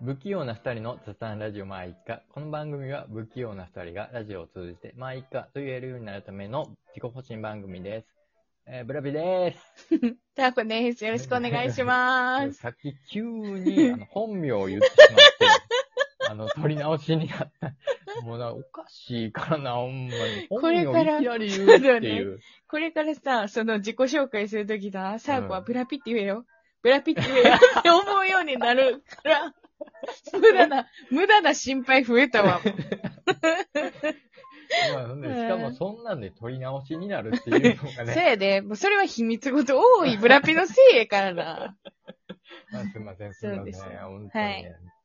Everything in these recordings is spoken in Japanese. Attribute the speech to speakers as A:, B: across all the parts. A: 不器用な二人の雑談ラジオまあいっか。この番組は不器用な二人がラジオを通じてまあいっかと言えるようになるための自己保身番組です。えー、ブラビです。
B: タコです。よろしくお願いしま す。
A: さっき急 にあの本名を言ってしまって、あの、取り直しになった。もうな、おかしいからな、ほんまに。
B: これ
A: 本
B: か
A: 名を
B: ら
A: いきなり言うってい。
B: そうこれからさ、その自己紹介するときだ、サーコは
A: うん
B: ブラピって言えよ。ブラピって 言えよって思うようになるから、 無駄な、無駄な心配増え たわ。
A: まあほんでしかもそんなんで取り直しになるって いうのがね。
B: せいで、もうそれは秘密ごと多い ブラピのせいやからな。
A: まあ、すいません、すい
B: そ
A: ませ
B: う
A: ん。
B: ですね
A: 本当に
B: は
A: ね
B: い。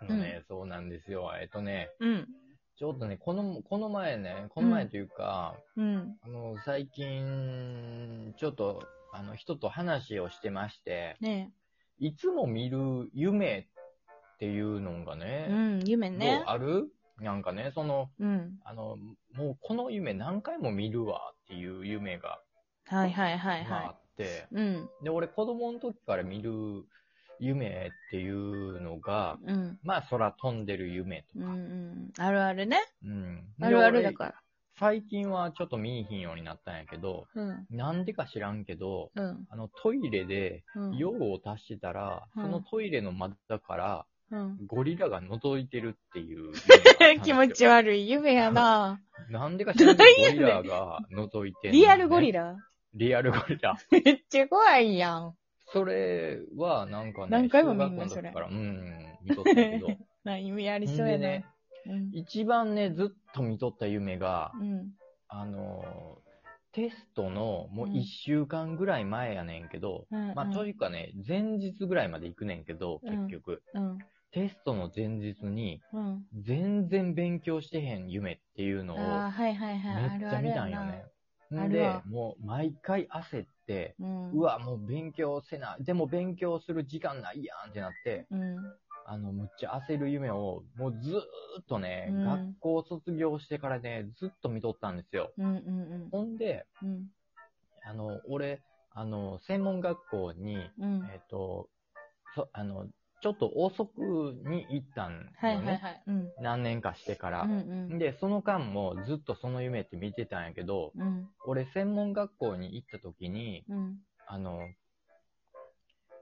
A: あのね、そうなんですよ。えっとね、
B: うん。
A: ちょっとね、この、この前ね、この前というか、
B: うん。
A: あの、最近、ちょっと、あの、人と話をしてまして、
B: ね
A: いつも見る夢っていうのがね
B: え。う、ん、夢
A: ど
B: ね
A: う。あるなんかね、その、
B: うん。
A: あの、もうこの夢何回も見るわっていう夢が、
B: はいはいはい
A: まあ、あ
B: は
A: って、
B: い。うん。
A: で、俺子供の時から見る夢っていうのが、
B: うん。
A: まあ空飛んでる夢
B: う
A: と
B: んう
A: か。
B: ん。あるあるね。
A: うん。で
B: あるあるだ
A: 俺
B: か
A: 最近はちょっと見いひんようになったんやけど、
B: ら。うん。
A: なんでか知らんけど、
B: うん。
A: あのトイレで
B: うん。
A: 用を足してたら、
B: うん
A: そのトイレの窓から
B: うん。
A: ゴリラが覗いてるっていう夢があったんです
B: 気
A: よ。
B: 持ち悪い夢やな。
A: なんでか知らんけど、ゴリラが覗いてんのね
B: リアルゴリラ
A: リアルゴリラ。
B: めっちゃ怖いやん。
A: それは、なんかね、
B: 何回も見ん
A: 小学
B: の
A: 校の時
B: それ
A: から、うん、見とったけど。
B: な意味ありそ
A: ん
B: う
A: で
B: やな。
A: ね、
B: うん。
A: 一番ね、ずっと見とった夢が、
B: うん。
A: あのー、テストのもう
B: うん
A: 1週間ぐらい前やねんけど、
B: うん
A: まあ、
B: うん
A: というかね、前日ぐらいまで行くねんけど、
B: うん
A: 結局、
B: うん。
A: テストの前日に、
B: うん。
A: 全然勉強してへん夢っていうのを、
B: ああ、はいはいはい。あ
A: めっ
B: る
A: ちゃ
B: ある
A: 見
B: や
A: たんよ
B: な
A: ね。。
B: あ
A: ん
B: る
A: で
B: わ、
A: もう毎回焦って、
B: うん。
A: う。わ、もう勉強せな、でも勉強する時間ないやんってなって、
B: うん。
A: あの、むっちゃ焦る夢を、もうずーっとね、
B: うん
A: 学校卒業してからね、ずっと見とったんですよ。
B: うんうん
A: ほんで、
B: うん。うん。
A: あの、俺、あの、専門学校に、
B: うん。
A: えっ、と、そ、あの、ちょっと遅くに行ったんよね。
B: はいはいはい。うん。
A: 何年かしてから。
B: うんうん。
A: で、その間もずっとその夢って見てたんやけど、
B: うん。
A: 俺、専門学校に行った時に、
B: うん。
A: あの、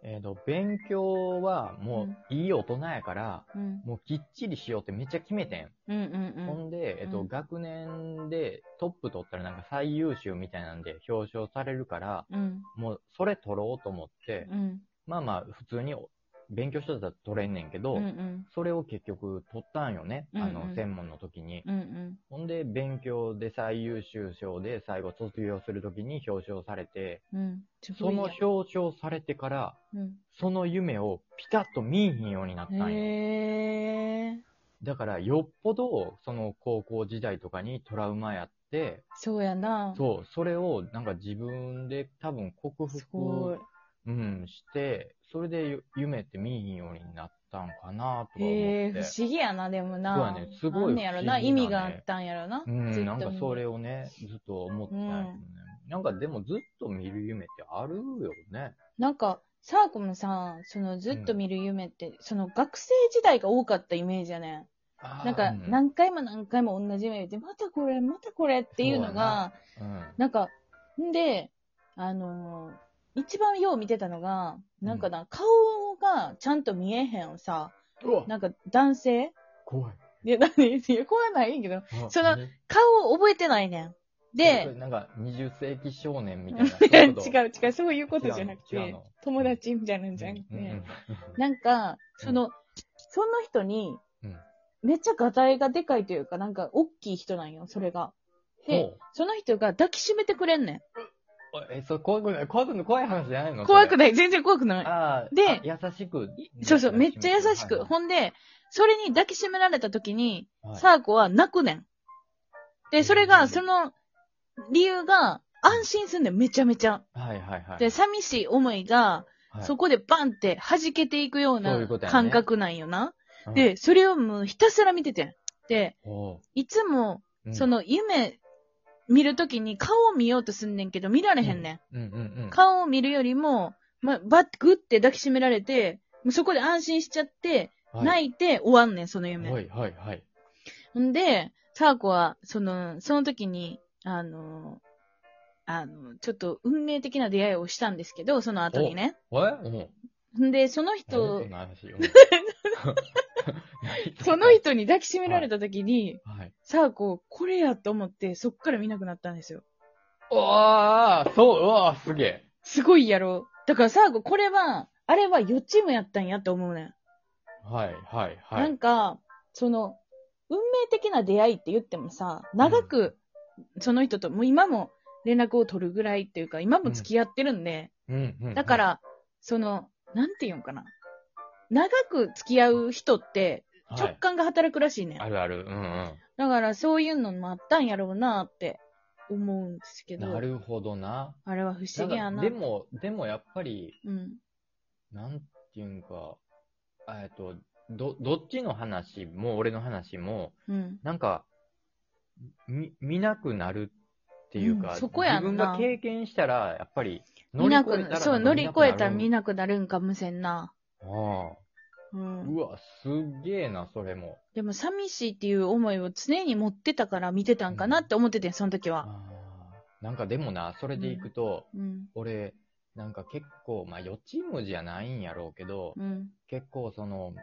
A: えっ、と、勉強はもういい大人やから、
B: うん。
A: もうきっちりしようってめっちゃ決めてん。
B: うん
A: ほ
B: うん
A: んで、えっと、
B: うん
A: 学年でトップ取ったらなんか最優秀みたいなんで表彰されるから、
B: うん。うん。
A: もうそれ取ろうと思って、
B: うん。
A: まあまあ普通に勉強しとったら取れんねんけど、
B: うんうん。
A: それを結局取ったんよね。あ
B: うんう
A: の、
B: ん
A: 専門の時に。
B: うんうん。
A: ほんで、勉強で最優秀賞で最後卒業する時に表彰されて、
B: うん。すご
A: そ
B: いや
A: の
B: ん
A: 表彰されてから、その夢をピタッと見いひんようになっ
B: う
A: た
B: ん。
A: んよ。
B: へえ。
A: だから、よっぽど、その高校時代とかにトラウマやって、
B: そうやな。
A: そう、それをなんか自分で多分克
B: すごい
A: 服、。うん、して、それでゆ夢って見えへんようになったんかなとか思
B: へ
A: っ
B: え
A: て。
B: 不思議やな、でもな。
A: そうやねすごい
B: あんねやろ
A: 不
B: な、
A: 思議
B: 意
A: やね
B: 味があったんやろな。
A: うん、なんかそ
B: を。
A: れをね、ずっと思ってたんやけどね。なんかでもずっと見る夢ってあるよね。
B: なんか、サーコムさ、そのずっと見る夢って、その学生時代が多かったイメージやねん。なんか、
A: うん、
B: 何回も何回も同じ夢見て、またこれ、またこれっていうのが、
A: うん
B: なんか、んで、あのー一番よう見てたのが、なんかな、顔がちゃんと見えへんさ、
A: うわ、
B: なんか男性
A: 怖い。
B: いや、何いや、怖ないけど、
A: あ
B: その
A: ね
B: 顔を覚えてないねん。で、
A: なんか20世紀少年 みたいな。そう
B: 違
A: いううこと
B: 違う、そういうことじゃなく
A: 違うの違う
B: て
A: の、
B: 友達みたいなんじゃなく
A: うんうん
B: て、なんか、その、その人に、めっちゃガタイがでかいというか、なんか、大きい人なんよ、それが。
A: ほ
B: で
A: う、
B: その人が抱きしめてくれんね
A: うんえ、そう、怖くない怖くない怖い話じゃないの
B: ん。怖く
A: ない。
B: ない、全然怖くない。
A: あー
B: で
A: あ、優しく。
B: そうそう、めっちゃ優しく。
A: はい
B: ほんで、それに抱きしめられた時に、
A: はい
B: サーコは泣くねん。で、それ
A: うん
B: が、その、理由が、安心すんねん、めちゃめちゃ。
A: はいはいはい。
B: で、寂しい思いが、
A: はい、
B: そこでバンって弾けていくよ
A: そう
B: う
A: い
B: な
A: うことやね
B: 感覚なんよな。
A: うん、
B: で、それをもうひたすら見ててん。で、
A: ほ
B: いつも、
A: う
B: そ、の夢見るときに顔を見ようとすんねんけど、見られへんねん。
A: うんうんうんうん。
B: 顔を見るよりも、ま、バッグって抱きしめられて、もうそこで安心しちゃって、
A: い。
B: 泣いて終わんねん、その夢。
A: はい、はい、はい。
B: んで、サーコは、その、その時に、あの、あの、ちょっと運命的な出会いをしたんですけど、その後にね。
A: えうん。
B: んで、その
A: と
B: 人、
A: の話 よ。
B: その人に抱きしめられた時に、
A: はい。
B: サーコ、これやと思って、そっから見なくなったんですよ。
A: うわあ、そう、うわあ、すげえ。
B: すごいやろ。だからサーコ、これは、あれは予知夢やったんやって思うねん。
A: はい、はい、は
B: なん
A: い。
B: か、その、運命的な出会いって言ってもさ、長く、その人と、もう今も連絡を取るぐらいっていうか、今も付き合ってるんで、
A: うん、うん。
B: だから、その、なんていうんかな。長く付き合う人って、
A: はい、
B: 直感が働くらしいねん。
A: あるある。うん、うん。
B: だから、そういうのもあったんやろうなって思うんですけど、
A: なるほどな。
B: あれは不思議や
A: んか
B: な。
A: でも、でもやっぱり、
B: うん。
A: なんていうんか、えっと、ど、どっちの話も、俺の話も、
B: うん。
A: なんか、み見なくなるっていうか、
B: うんそこやんな
A: 自分が経験したら、やっぱり、
B: 見なくな、そう、乗り越えたら見
A: な
B: なくなるんかもせんな。
A: くなる。ああ
B: うん
A: う。わ、すげえな、それも。
B: でも寂しいっていう思いを常に持ってたから見てたんかなって思ってて、その時は。
A: あーなんかでもな、それでいくと、
B: うん。
A: 俺、なんか結構、まあ、予知夢じゃないんやろうけど、
B: うん。
A: 結構その、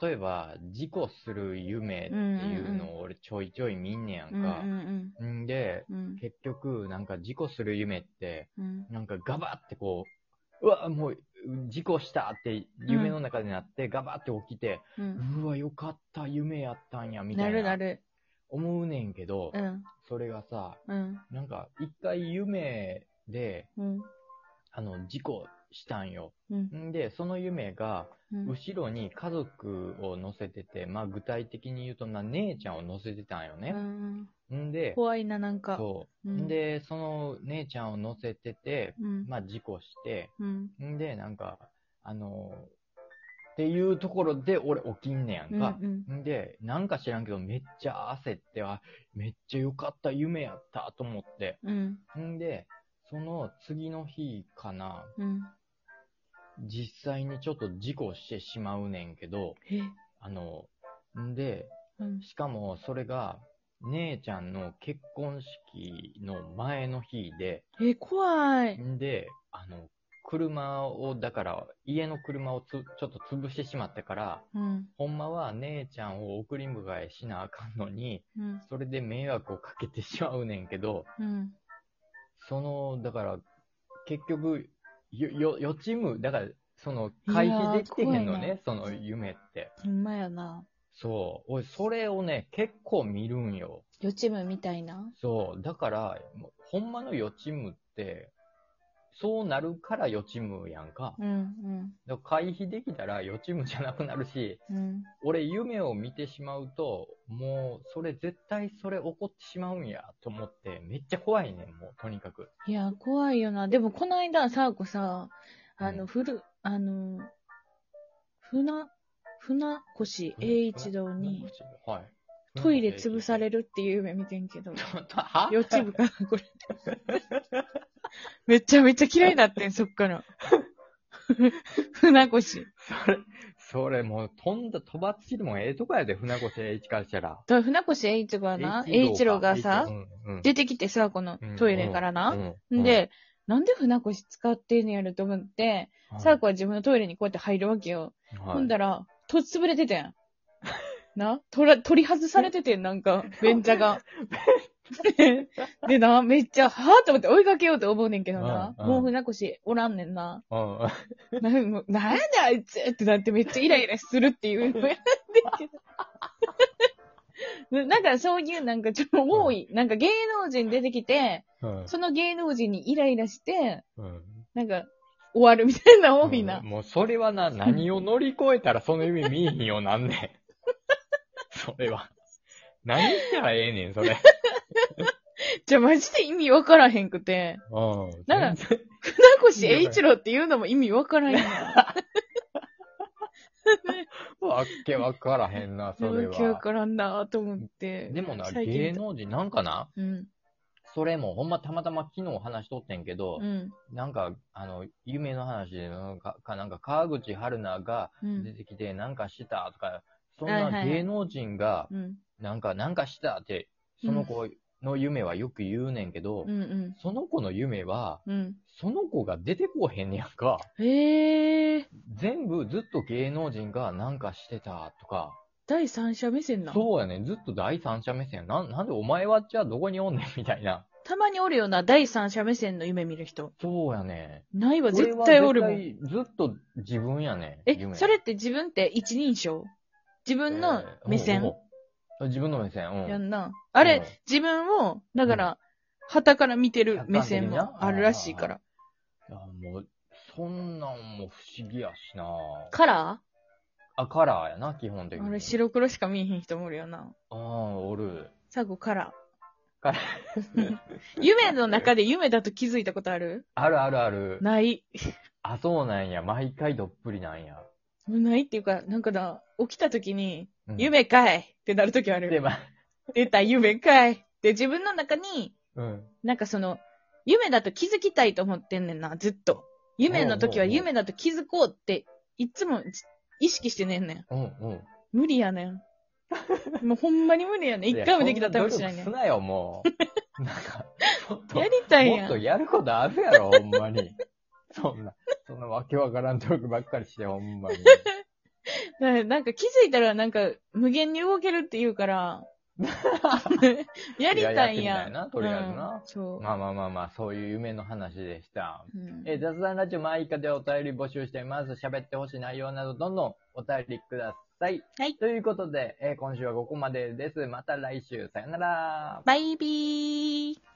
A: 例えば、事故する夢っていうのを俺ちょいちょい見んねやん
B: うん。うん
A: か。
B: うん。
A: んで、
B: うん。
A: 結局、なんか事故する夢って、
B: うん。
A: なんかガバってこう、うわ、もう、事故したって夢の中でなって、ガバって起きて、
B: うん。
A: うわ、よかった、夢やったんや、みた
B: ないるな
A: な、
B: る。
A: 思うねんけど
B: う、ん。
A: それがさ、
B: うん。
A: なんか、一回夢で、
B: うん。
A: あの、事故したんよ。
B: うん。
A: んで、その夢が、
B: うん。
A: 後ろに家族を乗せてて、まあ具体的に言うとな、姉ちゃんを乗せてたんよ
B: う
A: ね。
B: ん
A: んで、
B: 怖いな、なんか。
A: そうう。
B: ん
A: ん、で、その姉ちゃんを乗せてて、
B: うん。
A: まあ事故して、
B: うん。
A: んで、なんか、あの、っていうところで俺起きんねや
B: うん
A: か。
B: ん。
A: んで、なんか知らんけど、めっちゃ焦って、あ、めっちゃ良かった夢やったと思って。
B: うん。
A: んで、その次の日かな、
B: うん。
A: 実際にちょっと事故してしまうねんけど、
B: え、
A: あの、んで、
B: うん。
A: しかもそれが、姉ちゃんの結婚式の前の日で、
B: え、怖い。
A: んで、あの、車を、だから、家の車をつ、ちょっと潰してしまったから、
B: うん。
A: ほんまは姉ちゃんを送り迎えしなあかんのに、
B: うん。
A: それで迷惑をかけてしまうねんけど、
B: うん。
A: その、だから、結局、よ、よ、予知夢、だから、その、回避できてへんの
B: いや
A: ね、その夢って。
B: ほんまやな。
A: そう。俺、それをね、結構見るんよ。
B: 予知夢みたいな。
A: そう。だから、もうほんまの予知夢って、そうなるから予知夢やんか。
B: うん。
A: だから回避できたら予知夢じゃなくなるし、
B: うん。うん。
A: 俺夢を見てしまうと、もうそれ絶対それ起こってしまうんやと思って、めっちゃ怖いねん、もうとにかく。
B: いや、怖いよな。でも、この間、さあこさ、あ
A: う
B: の、
A: ん
B: ふる、あの、船、船越英一堂に、
A: はい、
B: トイレ潰され
A: る。
B: るっていう夢見てんけど、
A: は
B: 予知夢かな、これ。めちゃめちゃ嫌いだってん、そっ から。船越。
A: それ、それもう飛んだ、飛ばっちでもええとこやで、船越英一からしたら。
B: だから船越英一がな、
A: 栄
B: 英一郎がさ、、
A: うんうん
B: 出てきてさ、このトイレからな。
A: うん
B: ん、で、なんで船越使ってんのやると思って、
A: うん
B: サーコは自分のトイレにこうやって入るわけよ。
A: はい
B: ほんだら、とつぶれててん。 な取ら、取り外されててん、なんか、 便座が。でな、めっちゃ、はぁと思って追いかけようと思うねんけどな。
A: うんうん
B: もう船越おらんねんな。
A: うん
B: なもうなんであいつってなってめっちゃイライラするっていうのやってんけど。なん かそういうなんかちょっと多い、なんか芸能人出てきて、
A: うん
B: その芸能人にイライラして、
A: うん
B: なんか終わるみたいな多いな。
A: もうそれはな、何を乗り越えたらその夢見えへんようなんねん。 それは。何したらええねん、それ。
B: じゃあマジで意味わからへんくて。
A: うん。
B: なら
A: 全然
B: 船越英一郎っていうのも意味わからんやん。
A: わけわからへんな、それ
B: わけわ
A: は。
B: からんなと思って。
A: でもな、
B: 最近
A: 芸能人なんかな、
B: うん。
A: それもほんまたまたま昨日話しとってんけど、
B: うん。
A: なんか、あの、夢の話で、なんか、かなんか川口春奈が
B: うん
A: 出。てきて、なんかしたとか、そん
B: はいはい
A: な
B: はい
A: 芸能人が、
B: うん。
A: なんか、なんかしたって、その子の夢はよく言うねんけど、
B: うんうん。
A: その子の夢は、
B: うん。
A: その子が出てこへんねやんか。
B: へえー。
A: 全部ずっと芸能人がなんかしてたとか、
B: 第三者目線な。
A: そうやねん、ずっと第三者目線。なんなんでお前はじゃあどこにおんねんみたいな。
B: たまにおるような第三者目線の夢見る人。
A: そうやね
B: ないわ、
A: ん。
B: 絶対おるも
A: 俺は
B: ん。
A: 絶対ずっと自分やねん。
B: え、
A: 夢
B: それって自分って一人称自分の目
A: えー
B: 線
A: ほうほう自分の目線。うん。
B: やんな。あ
A: うん
B: れ、自分を、だから、旗から見てる目線
A: 客観的
B: も
A: な
B: あるらしいから。
A: いやもう、そんなんも不思議やしな
B: カラ
A: あ、カラーやな、基本的
B: ー
A: に。
B: 俺、白黒しか見えへん人もおるよな。
A: ああ、おる。
B: 最後、カラ
A: カラ
B: ー。 夢の中で夢だと気づいたことある
A: あるあるある。
B: ない。
A: あ、そうなんや。毎回どっぷりなんや。
B: ないっていうか、なんかな、起きた時に、
A: うん、
B: 夢かいってなる時あ
A: で、
B: る。
A: まあ、
B: 出た、夢かいって自分の中に、
A: うん。
B: なんかその、夢だと気づきたいと思ってんねんな、ずっと。夢の時は
A: おうおうおう
B: 夢だと気づこうって、いっつもじ意識してねんねん。
A: うん、うん。
B: 無理やね ん。もうほんまに無理やねん。一回もできたら多分しない
A: や
B: ねん。
A: そん
B: や
A: な努力すなよ、も う。なんか、もっと、
B: りたい
A: も
B: や
A: っと
B: ん。
A: やることあるや ろ、ほんまに。そんな、そんなわけわからん努力ばっかりして、ほんまに。
B: ななんか気づいたらなんか無限に動けるって言 うから、やりたい
A: いややってみた
B: や
A: い
B: ん。
A: なとりあえずな
B: うんそう。
A: まあまあまあまあ、そういう夢の話でした。
B: うん
A: えー、雑談ラジオマイカでお便り募集しています。喋ってほしい内容など、どんどんお便りください。
B: はい
A: ということで、えー今週はここまでです。また来週、さよなら。
B: バイビー。